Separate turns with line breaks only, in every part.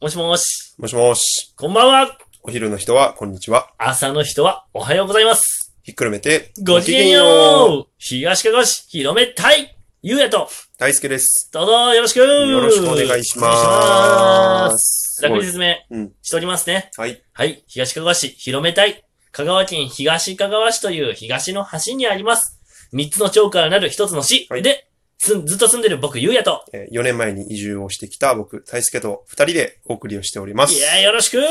もしもし、
もしもし。
こんばんは。
お昼の人は、こんにちは。
朝の人はおはようございます。
ひっくるめて、
ごきげんよう。東かがし、広めたい。ゆうやと、
う。大輔です。
どうぞよろしく。
よ
よ
ろしくお願いし
お願いし
ま
ます
す。
ざっくり
す
説明
ごいうん
しておりますね。
ごいはい。
はい。東かがわ市、広めたい。香川県東かがわ市という東の端にあります。三つの町からなる一つの市。
はい
で、すんずっと住んでる僕、ゆうやと。
えー4年前に移住をしてきた僕、大輔と2人でお送りをしておりま
い
す。
やーよろしくよ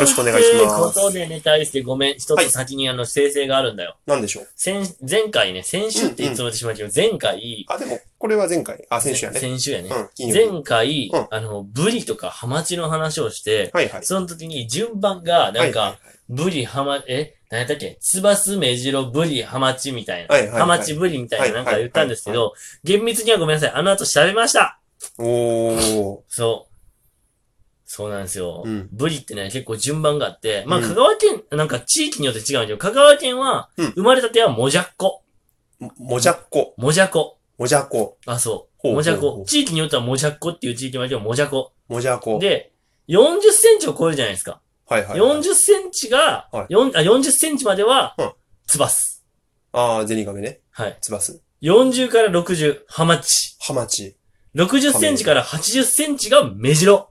ろしくお願いします
ということでね、大してごめん。一
はい
つ先にあの、訂正があるんだよ。
なんでしょう
先、前回ね、先週っていつも言ってしまうけど、前回、
あ、でも、これは前回。あ、先週やね。
先週やね
う。ん、金曜日。
前回
うん、
あの、ブリとかハマチの話をして、
はいはい。
その時に順番が、なん
は
か、ブリ、ハマ、え、何やったっけツバス、メジロ、ブリ、ハマチみたいな。
はいはいはい
ハマチ、ブリみたいななんか言ったんですけど、厳密にはごめんなさい。あの後調べました。
いはいはい。おー。
そう。そうなんですよ。
うん
ブリってね、結構順番があって、まあ、
うん
香川県、なんか地域によって違うんだけど、香川県は、
うん
生まれたてはもじゃっこ。
ももじゃっこ。
もじゃこ。
もじゃこ。
あ、そ
ほ
う。
う
もじゃ
ほうほ
こ
う。
地域によってはもじゃっこっていう地域もあるけど、もじゃこ。
もじゃこ。
で、40センチを超えるじゃないですか。
はいはいはい。
40センチが、
はい
よんあ40センチまでは
うん、
ツバス。
あー、ゼニガメね。
はい。
ツバス。
40から60、ハマチ。
ハマチ。
60センチから80センチがメジロ。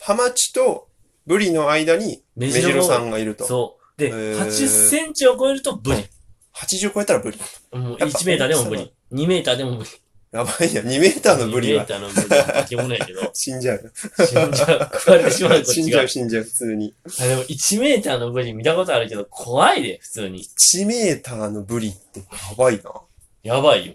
ハマチとブリの間に
メ
メジロさ
が
んがいると。
そう。で、
へー
80センチを超えるとブリ。
80超えたらブリ。
もう
やっぱ
1メーターでもブリ。2メーターでもブリ。
やばいや、2メーターのブリ
2メー
は、
ターのブリは化け物やけど
死んじゃう。
死んじゃ う。食われてしまうこっ
死
ち
んじ
が
ゃう、。死んじゃう、普通に。
あでも1メーターのブリ見たことあるけど、怖いで、普通に。
1メーターのブリってやばいな。
やばいよ。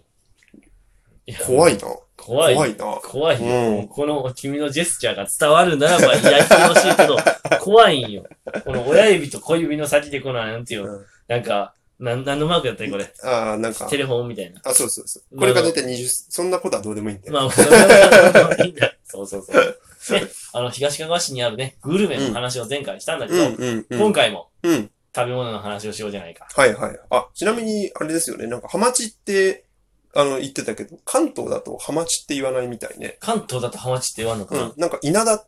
いや
怖いな。
怖い。
怖いな。
怖いよ。
うん
もうこの君のジェスチャーが伝わるなら ば、いや、言ってほしいけど、怖いんよ。この親指と小指の先でこの、なんていうの、
うん
なんか、なん、なんのマークだったりこれ。
ああ、なんか
テ。レフォンみたいな。
あ、そうそうそう。これが大体20、そんなことはどうでもいいんだよ。
まあ、それはいいん だ。そうそうそう。ね、あの、東かがわ市にあるね、グルメの話を前回したんだけ
う
ど、
んうんう
今
ん。
回も
うん。
食べ物の話をしようじゃないか。
はいはい。あ、ちなみに、あれですよね。なんか、ハマチって、あの、言ってたけど、関東だとハマチって言わないみたいね。
関東だとハマチって言わんのか
う
な、
ん。なんか、稲田、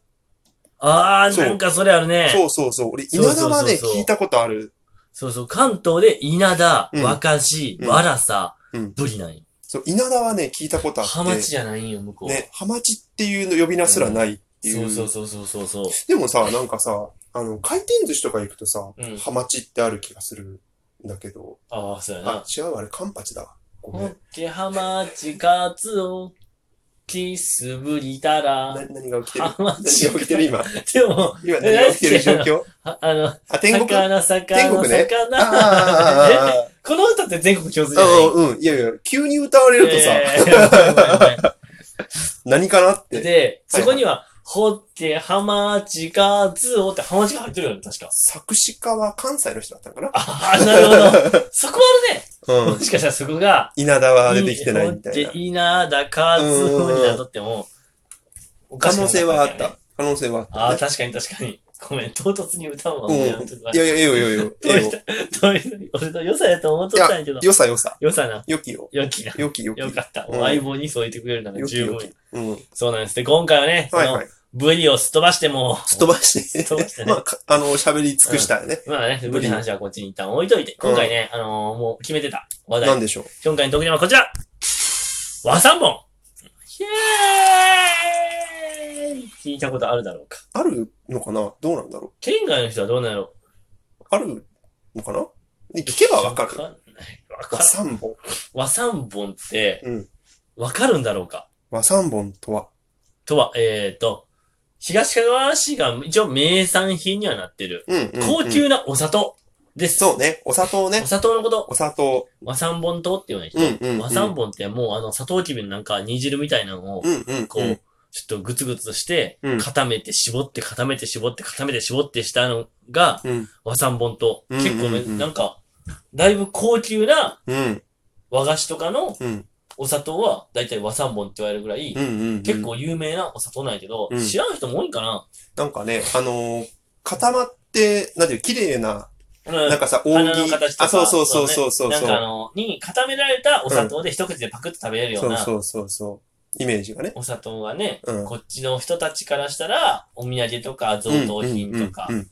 あー、
そう
なんかそれあるね。
そうそうそう。俺、
そうそう
稲
そ
田
うそう
はね、聞いたことある。
そうそう、関東で稲田、
うん
若し、
うん
わらさ、
うん
ブリなんよ。
そう、稲田はね、聞いたことあって。
ハマチじゃないんよ、向こう。
ね、ハマチっていうの呼び名すらないっていう。
そうそうそうそうそうそう。
でもさ、なんかさ、あの、回転寿司とか行くとさ、
うん
ハマチってある気がするんだけど、
ああ、そうや
あ
な。、
違う、あれ、カンパチだわ。ごめ
ホッ
ん。
ケハマチカツオ、キスブリタ
な
ラ、
何が起きてる
ハマチ
何が起きてる今。
でも、
今何が起きてる状況
ああの、
あ、天国あ
魚、魚、魚、
国 ね
魚。
あ
この歌って全国共通
ーあーあー
じゃない
あー、うん。いやいや、急に歌われるとさ、
えーごめんごめんご
何かなっ
めん
て。
で、そこには、ホッケハマチカツオってハマチが入ってるよね、確か。
作詞家は関西の人だったのかな
ああ、なるほど。そこあるね。
う
も
ん。
しかしたらそこが、
稲田は出てきてないみたいな
で、。いいな、だかつ、になとっても、おか
可
しくなか
能
た
性
よね
はあった。。可能性はあ
あ
っ
あ、
たね。
確かに確かに。ごめん、唐突に歌うわ。
うん
俺の時はい
やいや、ええよ、ええよ、ええよ。
どういう俺の良さやと思っとったんやけど。
良さ良さ。
良さな。
良きよ。
良きな。
良き良き。
よかった。
うん
お相棒にそう言ってくれるなら
良き
十
良
分
き。うん。
そうなんです。で、今回はね、そ
はい
の
はい。
ブリをすっ飛ばしても、
すっ飛ばして。
すっ飛ばしてね
まあか、あの、喋り尽くしたよね。
まあね、ブリの話はこっちに一旦置いといて、今回ね、あのーもう決めてた話題
なんでしょう。
今回の特典はこちら和三本イェーイ聞いたことあるだろうか。
あるのかなどうなんだろ
県外の人はどうなんやろ
う。あるのかなね
う
聞けばわかる。
わんないわか
和
る。
三本。
和三本って
うん。
わかるんだろうか
和三本とは。
とは、えーと、東かがわ市が一応名産品にはなってる。
うんうん、うん
高級なお砂糖です。
そうね。お砂糖ね
お。砂糖のこと、
お砂糖。
和三本糖って言わないけ
うん
ど、
うん、うん。
和三本ってもうあの砂糖きびのなんか煮汁みたいなのを、
うんうん。
こう、
うん
ちょっとグツグツして、
うん
固めて絞って固めて絞って固めて絞ってしたのが、
うん。
和三本と、
うん
結構
うん
ね、
うん
なんか、だいぶ高級な
うん。
和菓子とかの
うん。
お砂糖は、だいたい和三本って言われるぐらい、
うんうん。うん
結。構有名なお砂糖なんやけど、
うん
知らん人も多いんかな、
なんかね、あのー固まって、なんていう、綺麗な、
うん、
なんかさ、扇
花の形とか。
あ、そうそうそうそうそう。
ねなんかあの、に固められたお砂糖で一口でパクッと食べれるよう
そう
な、
そうそうそう。イメージがね。
お砂糖はね、
うん。
こっちの人たちからしたら、お土産とか贈答品とか
うん、うんうん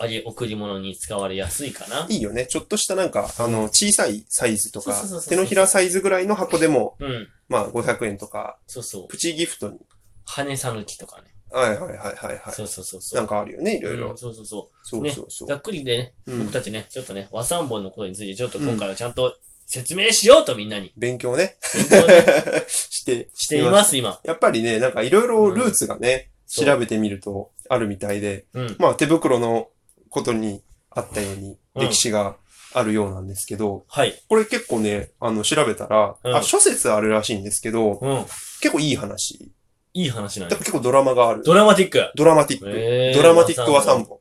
あげ、贈り物に使われやすいかな。
いいよね。ちょっとしたなんか、あの、小さいサイズと
そ
か
うそうそう、そう
手のひらサイズぐらいの箱でも、
うん。
まあ500円とか、
そうそう。
プチギフトに。
羽さぬきとかね。
はいはいはいはいは
そうそうそう
い。
そう。
なんかあるよね、いろい
うん
ろ。
そうそうそ。
そうそうそうう
ざ。っくりでね、
うん
僕たちね、ちょっとね、和三本のことについてちょっと今回はちゃんと説明しようとみんなに
勉強ね。
勉強ね
して、
しています、今。
やっぱりね、なんかいろいろルーツがね、
そう
調べてみるとあるみたいで、
うん。
まあ手袋のことにあったように、
うん
歴史があるようなんですけど、
はい。
これ結構ね、あの、調べたら、
うん
あ、諸説あるらしいんですけど、
うん。
結構いい話。
いい話なん
だか
だ
ら。結構ドラマがある。
ドラマティック。
ドラマティック。
えー
ドラマティックは3本。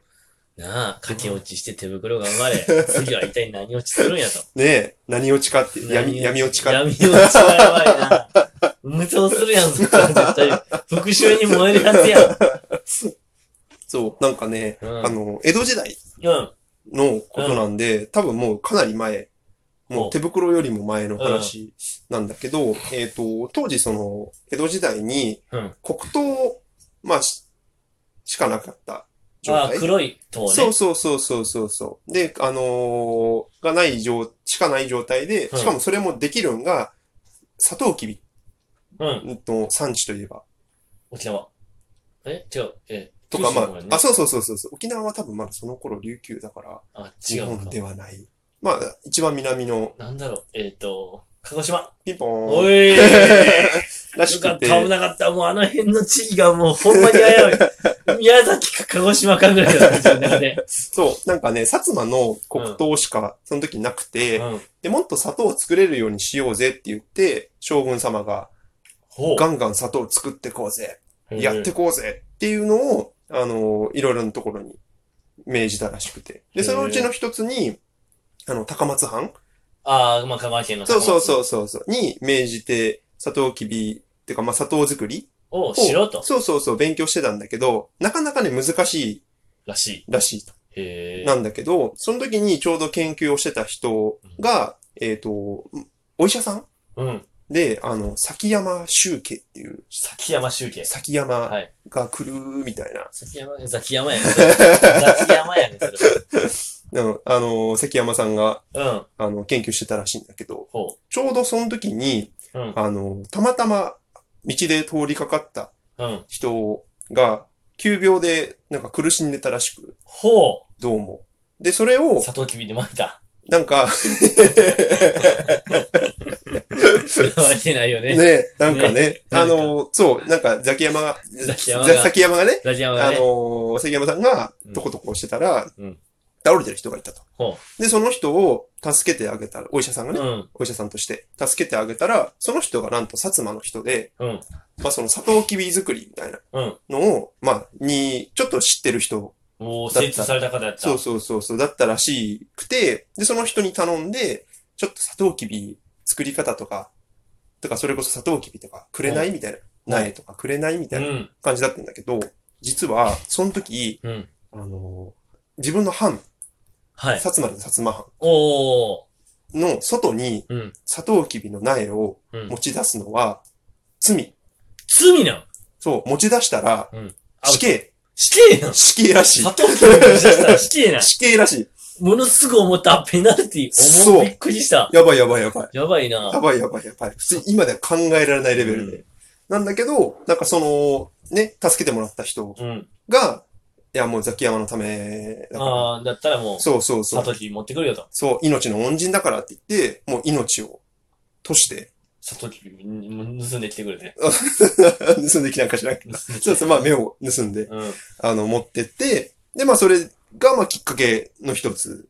なあ、駆け落ちして手袋が生 まれ、次は一体何落ちするんやと。
ねえ、何落ちかって、闇、闇落ちか。
闇落ちはやばいな。無双するやん、そしたら絶対。復讐に燃えるやつやん。
そう、なんかね、
うん
あの、江戸時代
うん。
のことなんで、多分もうかなり前、も
お
う手袋よりも前の話なんだけど、えっと、当時その、江戸時代に
うん、
黒糖、まあ、ししかなかった状
ああ、
態。
黒い塔ね。
そうそうそうそうそうそう。で、あのーがない状、しかない状態で、
うん
しかもそれもできるんが、サトウキビ
うん。
の産地といえば、
沖縄。え違う。え
とか、ま
九州の方やね
あ、あ、そうそうそうそうそう。沖縄は多分まだその頃琉球だから、
あ、違
日
う
本
か。
ではない。まあ、一番南の
なんだろう。えっ、と、鹿児島。
ピンポ
お
ーン
い
ら
よ
し
か
く
ってた、、危なかった。もうあの辺の地域がもうほんまに危うい。宮崎か鹿児島かぐらいだったんだよね。
そう、なんかね、薩摩の黒糖しかその時なくて、
うん。
で、もっと砂糖を作れるようにしようぜって言って、将軍様が
ほ
ガンガン砂糖を作ってこうぜ、
う。
やってこうぜっていうのを、あの、いろいろなところに命じたらしくて。
へー
で、そのうちの一つに、あの、高松藩
ああ、まあ、香川県の
そうそう
う。
そうそうそう、に命じて、砂糖きび、ってか、まあ、砂糖作り
を
を
しろと。
そうそうそう、勉強してたんだけど、なかなかね、難しい
らしい。
らしい。
へえ。
なんだけど、その時にちょうど研究をしてた人が、えっ、と、お医者さん
うん。
で、あの、崎山周家っていう、
崎山集計。
崎山
はい
が来るみたいな、
崎山、崎山 やね。 崎山やね、それ
あのあの、関山さんが、
は。
あの、研究してたらしいんだけど
うん。、ほ
ちょうどその時に、
う。うん。
あの、たまたま道で通りかかった
うん。
人が、急病でなんか苦しんでたらしく、
ほ
どうも。で、それ
う。
を、
砂糖きびで巻いた。
なんか、
巻いてないよ ね。
ね、なんかね、
な
あ
んか
の、そう、なんか、ザキヤマが、
ザキヤマが
ザキヤマがね、
ラジアム
あ
がね。
の、関山さんが
うん、
とことこしてたら
うん、
倒れてる人がいたと。
ほ
で、その人を助けてあげたら、お医者さんが
う。
ね、
うん。
お医者さんとして助けてあげたら、その人がなんと薩摩の人で、
うん。
まあその砂糖きび作りみたいな
うん。
のを、まあ、に、ちょっと知ってる人、
おお、精通された方やった。
そうそうそう、そうだったらしくて、で、その人に頼んで、ちょっと砂糖きび作り方とか、とか、それこそ砂糖きびとか、くれないみたいな、苗とか、くれないみたいな
うん。
感じだったんだけど、実は、その時、
うん。
あの、自分の藩、
はい
薩。摩の薩摩藩
おお。
の外に
うん。
砂糖きびの苗を
うん
持。ち出すのは罪。
罪なん
そう、持ち出したら
うん、
死刑、
死刑なん
死刑らしい
砂。糖きび巻いた ら死刑なん
死刑らしい。
ものすぐ思ったペナルティ。
そう
重いびっくりした。
やばいやばいやばい。
やばいな。
やばいやばいやばい。普通に今では考えられないレベルで。なんだけど、なんかその、ね、助けてもらった人
うん。
が、いやもうザキヤマのためだから、
ああ、だったらもう、
そうそうそ
サ
う、
トキ持ってくるよと。
そう、命の恩人だからって言って、もう命を、として、
サトキ盗んできてくれて。
盗んできなんかしなくて。そうそう、まあ目を盗んで、
うん。
あの、持ってって、で、まあそれが、まあきっかけの一つ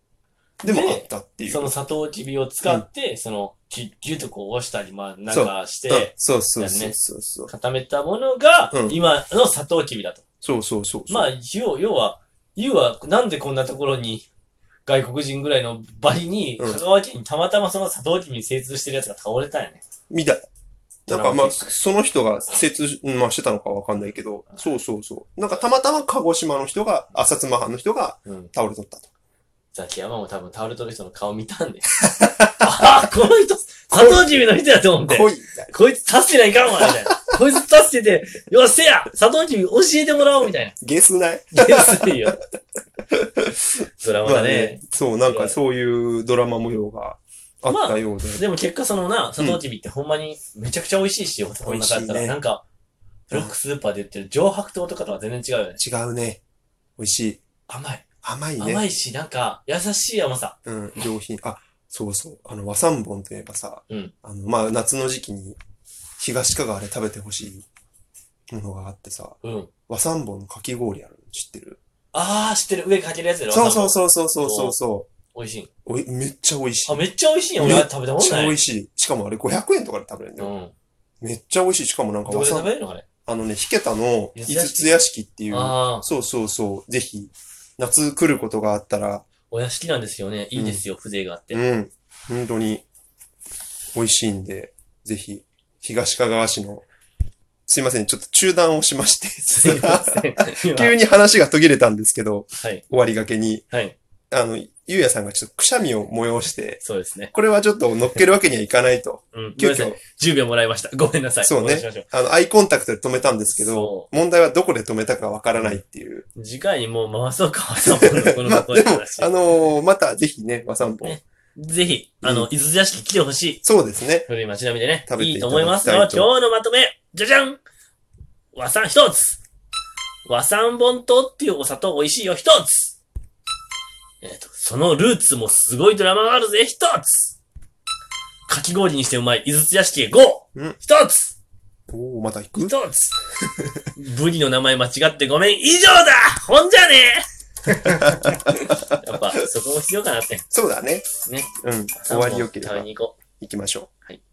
でもあったっていう。
そのサトキビを使って、その、キュッキュッとこう押したり、まあ、なんかし
うん
て、
そうそう
だよ
そう
ね
そうそう。
固めたものが
う、ん
今のサトキビだと。
そうそうそう。
まあ、要要は、要は、なんでこんなところに、外国人ぐらいのバリに、
うん
香川県にたまたまそのサトキビに精通してるやつが倒れたんやね。
みたい。なんかま
ドラマ
あ、その人が説、うんまあ、してたのかわかんないけど、そうそうそう。なんかたまたま鹿児島の人が、あ、薩摩藩の人が
うん。
倒れとったと。
ザキヤマも多分倒れとる人の顔見たんで。 ああ、この人、サトキビの人やと思って。
来いみたい
こいつ助けないかんわみたいな。こいつ助けて、よっせやサトウキビ教えてもらおうみたい
ゲスない
な。ですよ。 ドラマ
ま
が
あ
ね。。
そう、なんかそういうドラマ模様があったようで。
でも結果そのな、サトウキビってほんまにめちゃくちゃ美味しいし、男の中だった
美味しい
ら。
ね
なんか、ブロックスーパーで売ってる上白糖とかとは全然違うよね。
違うね。美味しい。
甘い。
甘いね。
甘いし、なんか、優しい甘さ。
うん、上品。あ、そうそう。あの、和三盆といえばさ、
うん
あの、まあ、夏の時期に東かがわで食べてほしいものがあってさ、
うん。
和三盆のかき氷あるの知ってる
あー、知ってる。上かけるやつだろ。
そうそう
う。
そうそうそうそうそ
美味しい。
う。おい、めっちゃ美味しい。
あ、
めっ
めっちゃ美味しいよ。俺
め
は
っ
食べたもん
ちゃ
な
美
い。
味しい。しかもあれ500円とかで食べれるんだ
う
よ。
ん。
めっちゃ美味しい。しかもなんか
どこ
和
で
三
食
盆、
べれるのあれ。
あのね、ひけたの
い
五
や
つ屋敷っていう、
あー、
そうそうそう。ぜひ、夏来ることがあったら、
お屋敷なんですよね。いいですよ、風情があって
う。ん。本当に、美味しいんで、ぜひ、東かがわ市の、すいません、ちょっと中断をしまして、
すいません。
急に話が途切れたんですけど、
はい。
終わりがけに、
はい。
あの、ゆうやさんがちょっとくしゃみを催して、
そうですね。
これはちょっと乗っけるわけにはいかないと、
うん。ご
急
めんなさい
遽、
10秒もらいました。ごめんなさい。
そうね
お願いしましょう
あの、アイコンタクトで止めたんですけど、
そ
問題はどこで止めたかわからないっていう。
う。次回にもう回そうか、 回そうか、この
まあ、
声
で
の
も、
話
あ。のーまたぜひね、和散歩、
ねぜひ、
うん
あの、伊豆屋敷来てほしい。
そうですね。
古い街並みでね
食。べて
い
い
い
ただき
と
たいと
思いますよ。今日のまとめ、じゃじゃん和三一つ和三本糖っていうお砂糖美味しいよ、一つえっ、と、そのルーツもすごいドラマがあるぜ、一つかき氷にしてうまい、伊豆屋敷へ GO!
うん
一、つ
おおまた行く
一つブリの名前間違ってごめん以上だほんじゃね えやっぱ、そこも必要かなって。
そうだね。
ね。
うん。終わりよければ
食べに行こう。
行きましょう。